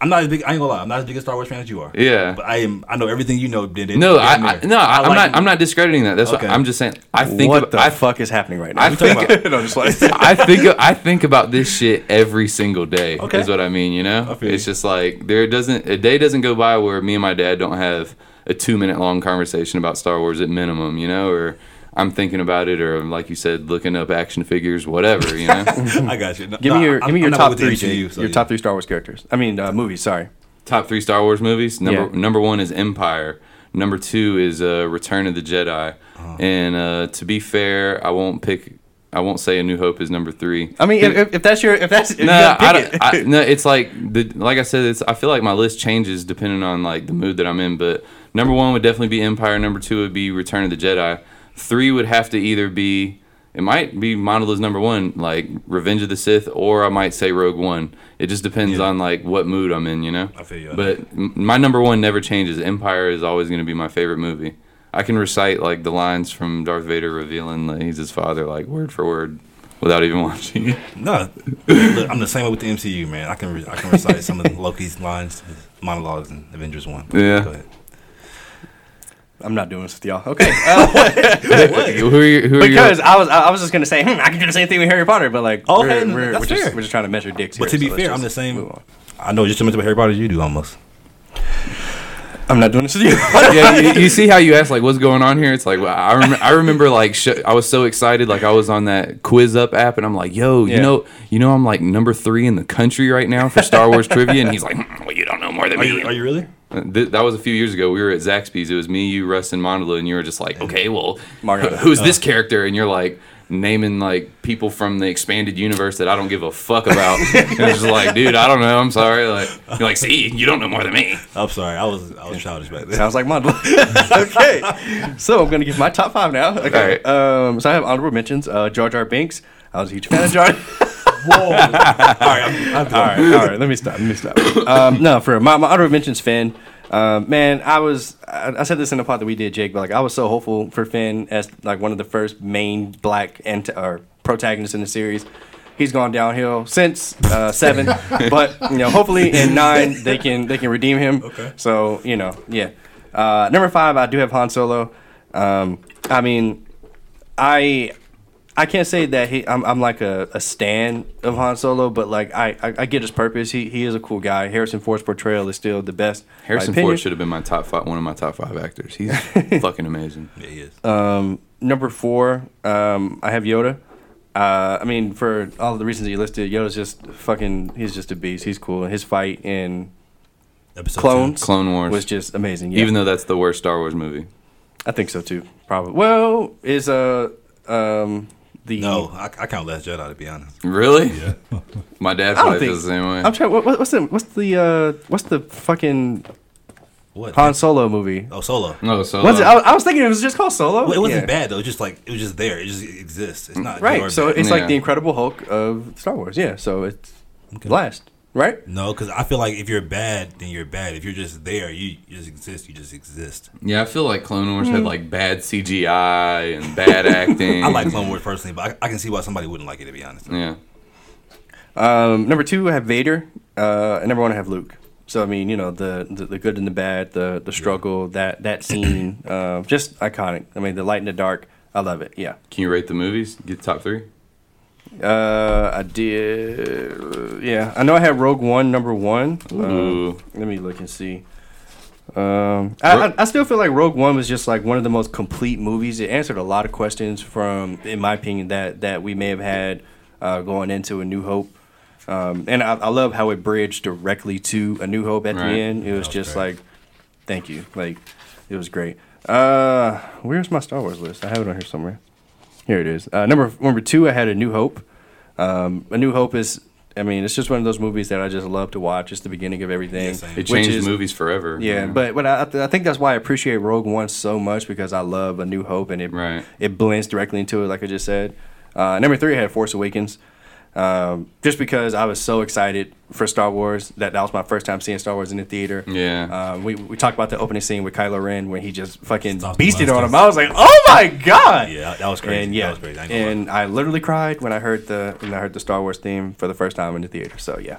I'm not as big. I ain't gonna lie. I'm not as big a Star Wars fan as you are. Yeah. But I am. I know everything you know. Did it? no, I, damn I near. no, I, I'm like not. you. I'm not discrediting that. That's Okay. what I'm just saying. I think. what ab- the I, fuck is happening right now? I think. no, just like I think I think about this shit every single day. Okay. Is what I mean, you know? feel you. It's just like there doesn't a day doesn't go by where me and my dad don't have a 2-minute long conversation about Star Wars at minimum, you know, or I'm thinking about it or like you said looking up action figures, whatever, you know. I got you. No, Give me no, your I'm- give me your I'm not top with three. the MCU, Jake. so your yeah. top three Star Wars characters. I mean, uh, movies. Sorry. Top 3 Star Wars movies. Number Yeah. number 1 is Empire. Number 2 is uh, Return of the Jedi. Uh-huh. And uh, to be fair, I won't pick I won't say A New Hope is number 3. I mean, if- if, if that's your if that's if you no, gotta I pick don't. it. I, no, it's like the like I said. It's I feel like my list changes depending on like the mood that I'm in. But number one would definitely be Empire. Number two would be Return of the Jedi. Three would have to either be it might be Monolith's number one, like Revenge of the Sith, or I might say Rogue One. It just depends Yeah. on like what mood I'm in, you know. I feel you. But m- my number one never changes. Empire is always going to be my favorite movie. I can recite like the lines from Darth Vader revealing that he's his father, like word for word, without even watching it. No, look, I'm the same way with the MCU, man. I can re- I can recite some of Loki's lines, monologues, in Avengers One. Yeah. Go ahead. I'm not doing this with y'all. Okay. Uh, Who are your, who are your because I was I was just gonna say hmm, I can do the same thing with Harry Potter, but like Okay, we're, no, we're, Oh, that's we're just fair. we're just trying to measure dicks. But here, to be so let's fair, I'm just the same. move on. I know just as much about Harry Potter as you do, almost. I'm not doing this with you. yeah, you, you see how you ask like what's going on here? It's like well, I, rem- I remember like sh- I was so excited like I was on that quiz up app and I'm like, yo, you Yeah. know, you know, I'm like number three in the country right now for Star Wars trivia, and he's like, "Mm, well, you don't know more than Are me. you, are you really? Uh, Th- that was a few years ago. We were at Zaxby's. It was me, you, Russ, and uh, Mondela, and you were just like, okay, well, Mario. who's this character? And you're like. naming like people from the expanded universe that I don't give a fuck about. and it's just like, dude, I don't know. I'm sorry. Like, you're like, see, you don't know more than me. I'm sorry, I was I was childish back then. Sounds like mine. okay. So I'm going to give my top five now. Okay. Alright. Um, so I have honorable mentions. Uh, Jar Jar Binks. I was a huge fan of Jar. all right, all right. Let me stop. Let me stop. Um, no, for my, my honorable mentions, Finn. Um, man, I was. I, I said this in the pod that we did, Jake, but like I was so hopeful for Finn as like one of the first main black and or protagonists in the series. He's gone downhill since uh, seven, but you know, hopefully in nine they can they can redeem him. Okay. So you know, yeah. Uh, number five, I do have Han Solo. Um, I mean, I I can't say that he I'm, I'm like a, a stan of Han Solo, but like I, I, I get his purpose. He he is a cool guy. Harrison Ford's portrayal is still the best. in my Harrison opinion. Ford should have been my top five, one of my top five actors. He's fucking amazing. Yeah, he is. Number four, um, I have Yoda. Uh, I mean, for all of the reasons that you listed, Yoda's just fucking. He's just a beast. He's cool. And his fight in Episode Clones Clone Wars. was just amazing. Yeah. Even though that's the worst Star Wars movie. I think so too. Probably. Well, is uh um the two. No, I, I count Last Jedi to be honest. Really? Yeah. my dad I don't probably think. feels the same way. I'm trying. What, what- what's the what's the uh what's the fucking What? Han Solo movie? oh, Solo. no, so What's it? uh, I, I was thinking it was just called Solo. Well, it wasn't Yeah. bad though. It was just like it was just there. It just exists. It's not Right. good or So bad. it's like Yeah. the Incredible Hulk of Star Wars. Yeah. So it's Okay. last, right? no, because I feel like if you're bad, then you're bad. If you're just there, you, you just exist. You just exist. yeah, I feel like Clone Wars Hmm. had like bad CGI and bad acting. I like Clone Wars personally, but I, I can see why somebody wouldn't like it to be honest. Yeah. Um, number two, I have Vader. Uh, and number one, I have Luke. So I mean, you know, the the, the good and the bad, the the struggle, that that scene, uh, just iconic. I mean, the light and the dark. I love it. Yeah. Can you rate the movies? Get top three. Uh, I did. Yeah, I know I had Rogue One number one. Um, Ooh. let me look and see. Um, I, I, I still feel like Rogue One was just like one of the most complete movies. It answered a lot of questions from, in my opinion, that that we may have had uh, going into A New Hope. Um, and I, I love how it bridged directly to A New Hope at Right. the end. It was, was just great. like, thank you, like it was great. Uh, where's my Star Wars list? I have it on here somewhere. Here it is. Uh, number number two, I had A New Hope. Um, A New Hope is, I mean, it's just one of those movies that I just love to watch. It's the beginning of everything. Yeah, same. It which changed is- movies forever. Yeah, but but I, I th- I think that's why I appreciate Rogue One so much because I love A New Hope and it Right. it blends directly into it, like I just said. Uh, number three, I had Force Awakens. Um, just because I was so excited for Star Wars that that was my first time seeing Star Wars in the theater. Yeah. Um, we we talked about the opening scene with Kylo Ren when he just fucking Stops the beasted on blasters. him. I was like, oh my god! Yeah, that- that was crazy. And yeah, That was crazy. I ain't gonna lie. and I literally cried when I heard the when I heard the Star Wars theme for the first time in the theater. So yeah,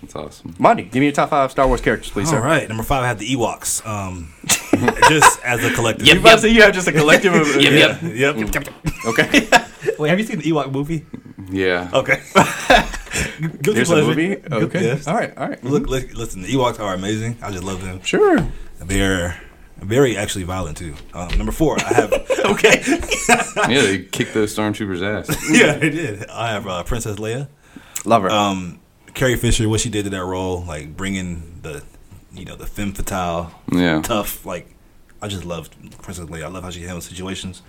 That's awesome. Monty, give me your top five Star Wars characters, please, All sir. right, number five, I have the Ewoks. Um, just as a collective. You about to say you have just a collective of Yeah, yep. Mm. Okay. Wait, have you seen the Ewok movie? Yeah. Okay. Guilty There's a pleasure. movie. Guilty- Okay. yes. All right. All right. Look, look, listen, the Ewoks are amazing. I just love them. Sure. They're very actually violent too. Um, number four, I have. okay. Yeah, they kicked those stormtroopers' ass. yeah, they did. I have uh, Princess Leia. Lover. Um, Carrie Fisher, what she did to that role, like bringing the, you know, the femme fatale, Yeah. tough. Like, I just loved Princess Leia. I love how she handles situations.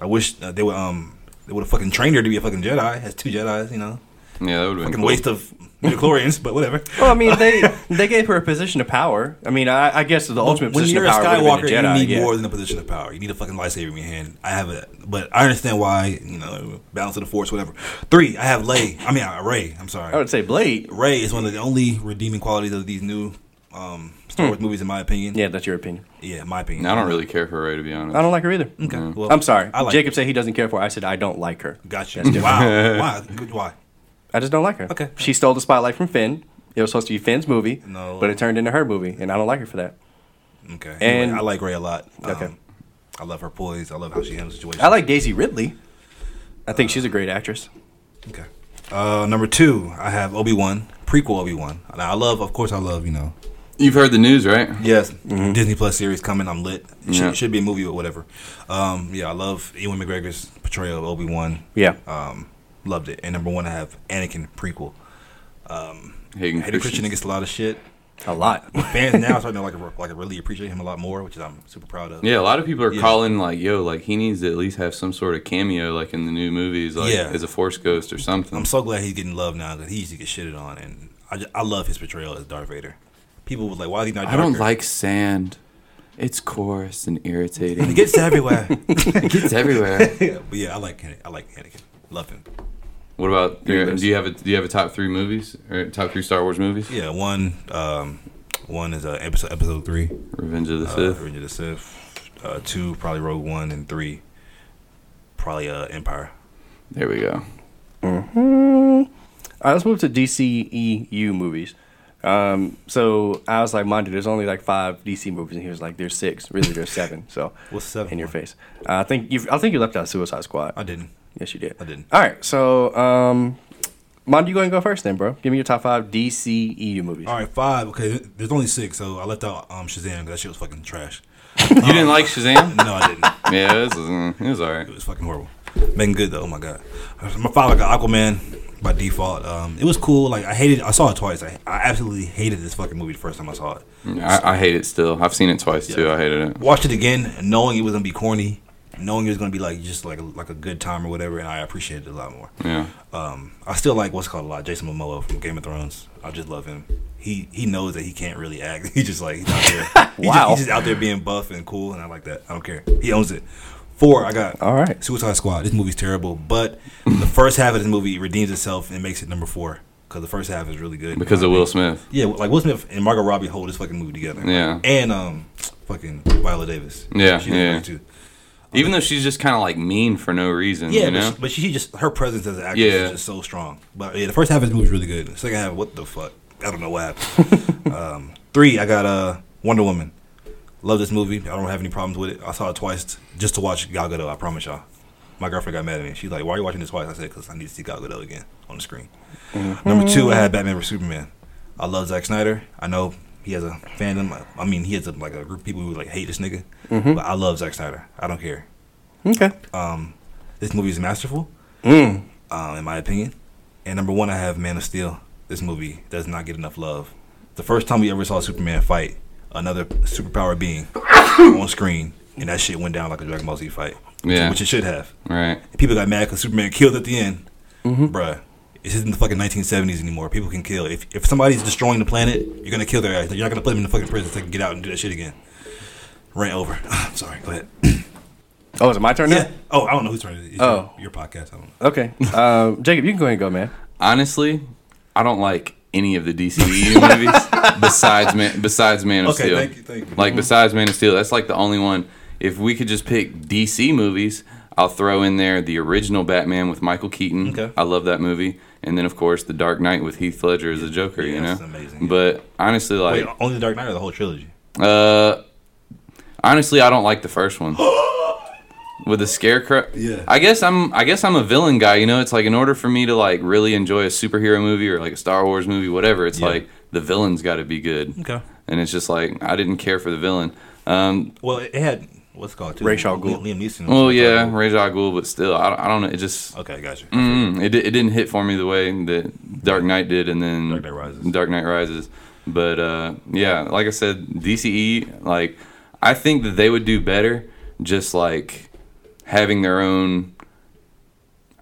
I wish uh, they would um they would have fucking trained her to be a fucking Jedi. Has two Jedi's, you know, Yeah, that would have been fucking cool. waste of midichlorians, but whatever. well, I mean, they they gave her a position of power. I mean, I, I guess the ultimate when position you're of a power would Skywalker, have been a Jedi. you need yeah. more than a position of power. You need a fucking lightsaber in your hand. I have it, but I understand why. You know, balance of the force, whatever. Three, I have Lay. I mean, uh, Ray. I'm sorry. I would say Blade. Ray is one of the only redeeming qualities of these new um, Star Wars movies, in my opinion. Hmm. Yeah, that's your opinion. yeah, in my opinion. I don't really care for Ray to be honest. I don't like her either. Okay, well, I'm sorry. Mm-hmm. I like Jacob said he doesn't care for her. I said I don't like her. It. Gotcha. Wow. Why? Good- Why? I just don't like her. Okay. She stole the spotlight from Finn. It was supposed to be Finn's movie, No. but it turned into her movie, and I don't like her for that. Okay. And And- I like Ray a lot. Um, Okay. I love her poise. I love how she handles situations. I like Daisy Ridley. I think she's a great actress. Okay. Uh, number two, I have Obi Wan prequel Obi Wan. I love, of course, I love. You know, You've heard the news, right? Yes, Disney Plus series coming. I'm lit. It Mm-hmm. Yeah. should, should be a movie or whatever. Um, yeah, I love Ewan McGregor's portrayal of Obi Wan. Yeah. Um, loved it. And number one, I have Anakin prequel. Hayden Hayden Christian. Christian gets a lot of shit. A lot. Fans now are starting to like like really appreciate him a lot more, which I'm super proud of. Yeah, a lot of people are Yeah. calling like, "Yo, like he needs to at least have some sort of cameo, like in the new movies, like Yeah. as a Force Ghost or something." I'm so glad he's getting love now because he used to get shitted on, and I, just, I love his portrayal as Darth Vader. People was like, "Why is he not?" I don't darker? like sand; it's coarse and irritating. It gets everywhere. it gets everywhere. yeah, but yeah, I like Anakin. I like Anakin. Love him. What about your, Universe. do you have a do you have a top three movies or top three Star Wars movies? Yeah, one um, one is uh, episode episode three, Revenge of the uh, Sith. Revenge of the Sith. Uh, two probably Rogue One, and three probably uh, Empire. There we go. All right, let's move to DCEU movies. Um, so I was like, "Mind dude, there's only like five DC movies," and he was like, "There's six. Really, there's seven. So What's the seventh in your one? face? Uh, I think you. I think you left out Suicide Squad. I didn't. yes, you did. I didn't. All right, so um, Mind you go ahead and go first, then, bro. Give me your top five DCEU movies. All right, five. Okay, there's only six, so I left out um, Shazam because that shit was fucking trash. You didn't like Shazam? No, I didn't. yeah, it was, mm, it was all right. It was fucking horrible. Making good though. Oh my god. My father got Aquaman by default. Um, it was cool. Like I hated. I saw it twice. I, I absolutely hated this fucking movie the first time I saw it. I, I hate it still. I've seen it twice too. I hated it. Watched it again, knowing it was gonna be corny, knowing it was gonna be like just like like a good time or whatever, and I appreciated it a lot more. Yeah. Um, I still like what's called a lot, Jason Momoa from Game of Thrones. I just love him. He he knows that he can't really act. He's just like he's out there. he's, just, Wow. he's just out there being buff and cool, and I like that. I don't care. He owns it. Four, I got All right. Suicide Squad. This movie's terrible, but the first half of this movie redeems itself and makes it number four because the first half is really good. Because of Will Smith. yeah, like Will Smith and Margot Robbie hold this fucking movie together. Yeah. and um, fucking Viola Davis. Yeah, did yeah. great, too. Even though she's just kind of like mean for no reason. Yeah, you know? but, she, but she just her presence as an actress Yeah. is just so strong. But yeah, the first half of this movie is really good. The second half, what the fuck? I don't know what happened. um, three, I got uh, Wonder Woman. Love this movie. I don't have any problems with it. I saw it twice t- just to watch Gal Gadot. I promise y'all. My girlfriend got mad at me. She's like, "Why are you watching this twice?" I said, "Cause I need to see Gal Gadot again on the screen." Mm-hmm. Number two, I had Batman vs Superman. I love Zack Snyder. I know he has a fandom. I- I mean, he has a, like a group of people who like hate this nigga, Mm-hmm. but I love Zack Snyder. I don't care. Okay. Um, this movie is masterful, um, in my opinion. And number one, I have Man of Steel. This movie does not get enough love. The first time we ever saw Superman fight another superpower being on screen, and that shit went down like a Dragon Ball Z fight, Yeah. which it should have. right. People got mad because Superman killed at the end, bruh. This isn't the fucking 1970s anymore. People can kill. If, if somebody's destroying the planet, you're gonna kill their ass. You're not gonna put them in the fucking prison so they can get out and do that shit again. Rant over. Sorry. Go ahead. Oh, is it my turn now? Yeah. Oh, I don't know who's turn it is. It's Oh. your, your podcast. I don't know. Okay. Um, Jacob, you can go ahead and go, man. Honestly, I don't like any of the DCEU movies besides Man besides Man of Okay, Steel. thank you, thank you. Mm-hmm. Like besides Man of Steel, that's like the only one. If we could just pick DC movies, I'll throw in there the original Batman with Michael Keaton. Okay. I love that movie. And then of course The Dark Knight with Heath Ledger as the Joker, Yeah, you know. that's amazing. But honestly like Wait, only the Dark Knight or the whole trilogy? Uh, honestly, I don't like the first one. With the scarecrow, Yeah. I guess I'm. I guess I'm a villain guy. You know, it's like in order for me to like really enjoy a superhero movie or like a Star Wars movie, whatever, it's Yeah. like the villain's got to be good. Okay. And it's just like I didn't care for the villawn. Um, Well, it had what's it called too. Ra's al Liam Ghul. Liam Neeson. well, Oh, yeah, Rajah Ghul, but still, I, don't- I don't know. It just Okay, gotcha. Mm, it, di- it didn't hit for me the way that Dark Knight did, and then Dark Knight Rises. Dark Knight Rises. But uh, yeah, like I said, DCE, like I think that they would do better just like having their own.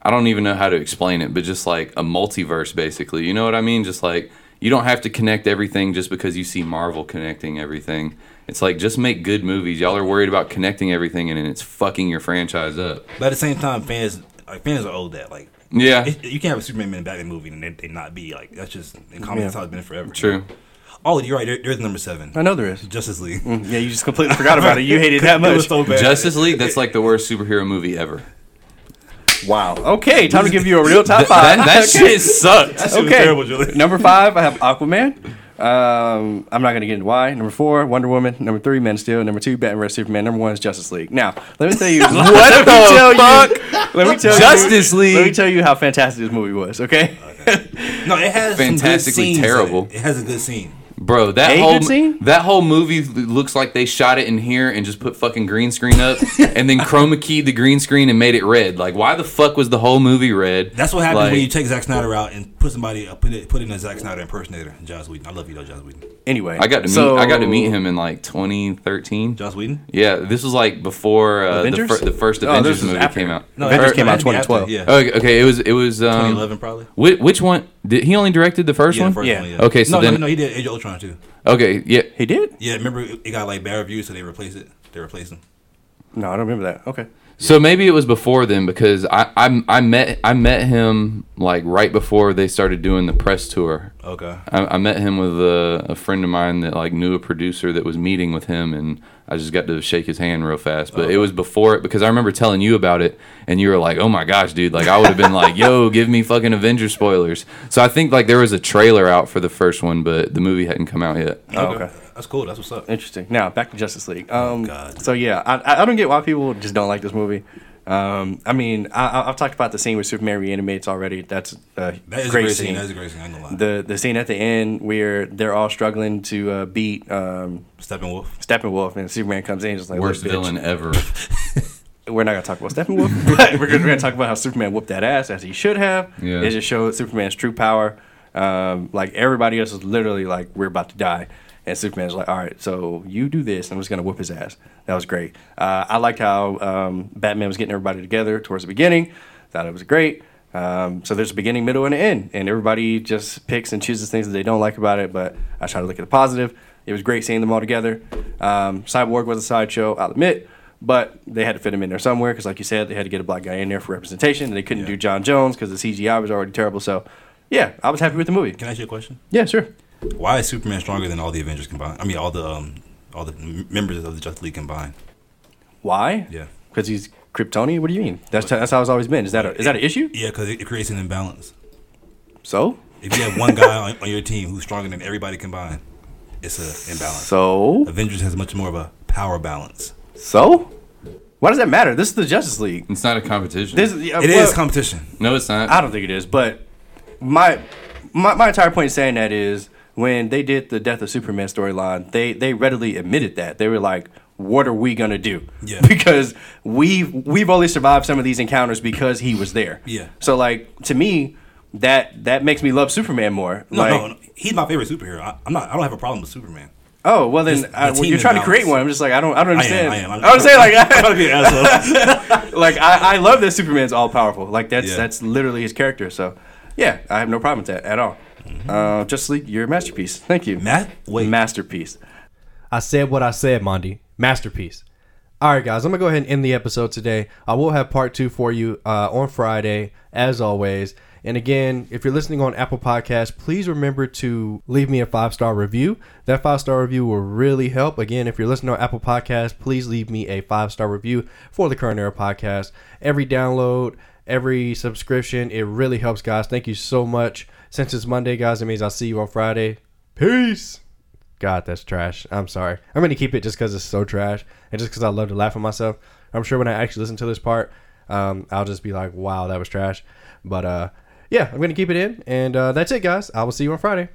I don't even know how to explain it, but just like a multiverse, basically. You know what I mean? Just like you don't have to connect everything just because you see Marvel connecting everything. It's like just make good movies. Y'all are worried about connecting everything, and it's fucking your franchise up. But at the same time, fans like fans are old that like. Yeah, It, you can't have a Superman and Batman movie and they, they not be like that's just in comics that's how it's been forever. true. Oh, you're right. There, there's number seven, I know Mm. there is. Justice League. Yeah, you just completely forgot about it. You hated that It much. was so bad. Justice League, that's like the worst superhero movie ever. Wow. Oh, Okay, time to give you a real top five. That, that Okay. shit sucked. That shit was terrible, Julian. Number five, I have Aquaman. Um, I'm not going to get into why. Number four, Wonder Woman. Number three, Man of Steel. Number two, Batman vs Superman. Number one is Justice League. Now, let me tell you. what let the You, let me tell Justice you, League. Let me tell you how fantastic this movie was. Okay. No, it has some good Fantastically scenes in it. terrible. It. has a good scene. Bro, that A good whole scene? that whole movie looks like they shot it in here and just put fucking green screen up and then chroma keyed the green screen and made it red. Like why the fuck was the whole movie red? That's what happens Like, when you take Zack Snyder out and put somebody uh, put it, put in a Zack Snyder impersonator. Joss Whedon. I love you though, Joss Whedon. Anyway, I got to meet so- I got to meet him in like 2013. Joss Whedon. Yeah, this was like before uh, the, Avengers? fir- the first Oh, No, Avengers this was movie after. came out. Er, No, Avengers it came out had to be after, 2012. uh, Yeah, Okay, okay, it was it was um, 2011 probably. which, which one? Did he only directed the first Yeah, one? the first Yeah. one. Yeah. Okay, so no, then- no, no, he did Age of Ultron too. Okay, yeah, He did? Yeah, remember it it got like bad reviews, so they replaced it. They replaced him. No, I don't remember that. Okay. So maybe it was before then because I, I I met I met him like right before they started doing the press tour. Okay. I, I met him with a, a friend of mine that like knew a producer that was meeting with him, and I just got to shake his hand real fast. But it was before it because I remember telling you about it, and you were like, "Oh my gosh, dude!" Like I would have been like, "Yo, give me fucking Avenger spoilers." So I think like there was a trailer out for the first one, but the movie hadn't come out yet. Oh, okay. That's cool. That's what's up. Interesting. Now back to Justice League. Um, Oh, God. So yeah, I- I, I don't get why people just don't like this movie. Um, I mean, I, I- I've talked about the scene where Superman reanimates already. That's a That is great a great scene. scene. That is a great scene. I'm gonna lie. the the scene at the end where they're all struggling to uh, beat um, Steppenwolf. Steppenwolf and Superman comes in, and just like Worst "Look, bitch, villain ever. We're not gonna talk about Steppenwolf, but we're gonna, we're gonna talk about how Superman whooped that ass as he should have. Yeah. It just showed Superman's true power. Um, like everybody else is literally like, we're about to die, and Superman's like, all right, so you do this, and I'm just gonna whoop his ass. That was great. Uh, I liked how um, Batman was getting everybody together towards the beginning. Thought it was great. Um, so there's a beginning, middle, and an end, and everybody just picks and chooses things that they don't like about it. But I try to look at the positive. It was great seeing them all together. Um, Cyborg was a sideshow, I'll admit, but they had to fit him in there somewhere because, like you said, they had to get a black guy in there for representation. And they couldn't do Yeah. John Jones because the CGI was already terrible. So, yeah, I was happy with the movie. Can I ask you a question? Yeah, sure. Why is Superman stronger than all the Avengers combined? I mean, all the um, all the m- members of the Justice League combined. Why? Yeah. Because he's Kryptonian. What do you mean? That's that's how it's always been. Is that a, is that an issue? Yeah, because it, it creates an imbalance. So If you have one guy on, on your team who's stronger than everybody combined, it's an imbalance. so Avengers has much more of a power balance. so. Why does that matter? This is the Justice League. It's not a competition. This is, uh, It is well- competition. no, it's not. I don't think it is, but my my, my entire point in saying that is when they did the death of Superman storyline, they they readily admitted that they were like, "What are we gonna do?" Yeah. because we've we've only survived some of these encounters because he was there. Yeah. So like to me, that that makes me love Superman more. No, like, no, no, he's my favorite superhero. I, I'm not. I don't have a problem with Superman. oh well, then the I, well, team you're trying to imbalance. create one. I'm just like I don't I don't I am. understand. I am. I'm, would say like I'm gonna be an asshole. like I, I love that Superman's all powerful. Like that's Yeah. that's literally his character. So yeah, I have no problem with that at all. Mm-hmm. Uh, Justice League, you're a masterpiece. Thank you. Matt, wait. Masterpiece. I said what I said, Mondi. Masterpiece. All right, guys, I'm going to go ahead and end the episode today. I will have part two for you uh, on Friday, as always. And again, if you're listening on Apple Podcasts, please remember to leave me a five star review. That five star review will really help. Again, if you're listening on Apple Podcasts, please leave me a five star review for the Current Era podcast. Every download, every subscription, it really helps, guys. Thank you so much. Since it's Monday, guys, it means I'll see you on Friday. Peace. God, that's trash. I'm sorry. I'm going to keep it just because it's so trash and just because I love to laugh at myself. I'm sure when I actually listen to this part, um, I'll just be like, wow, that was trash. But uh, yeah, I'm going to keep it in. And uh, that's it, guys. I will see you on Friday.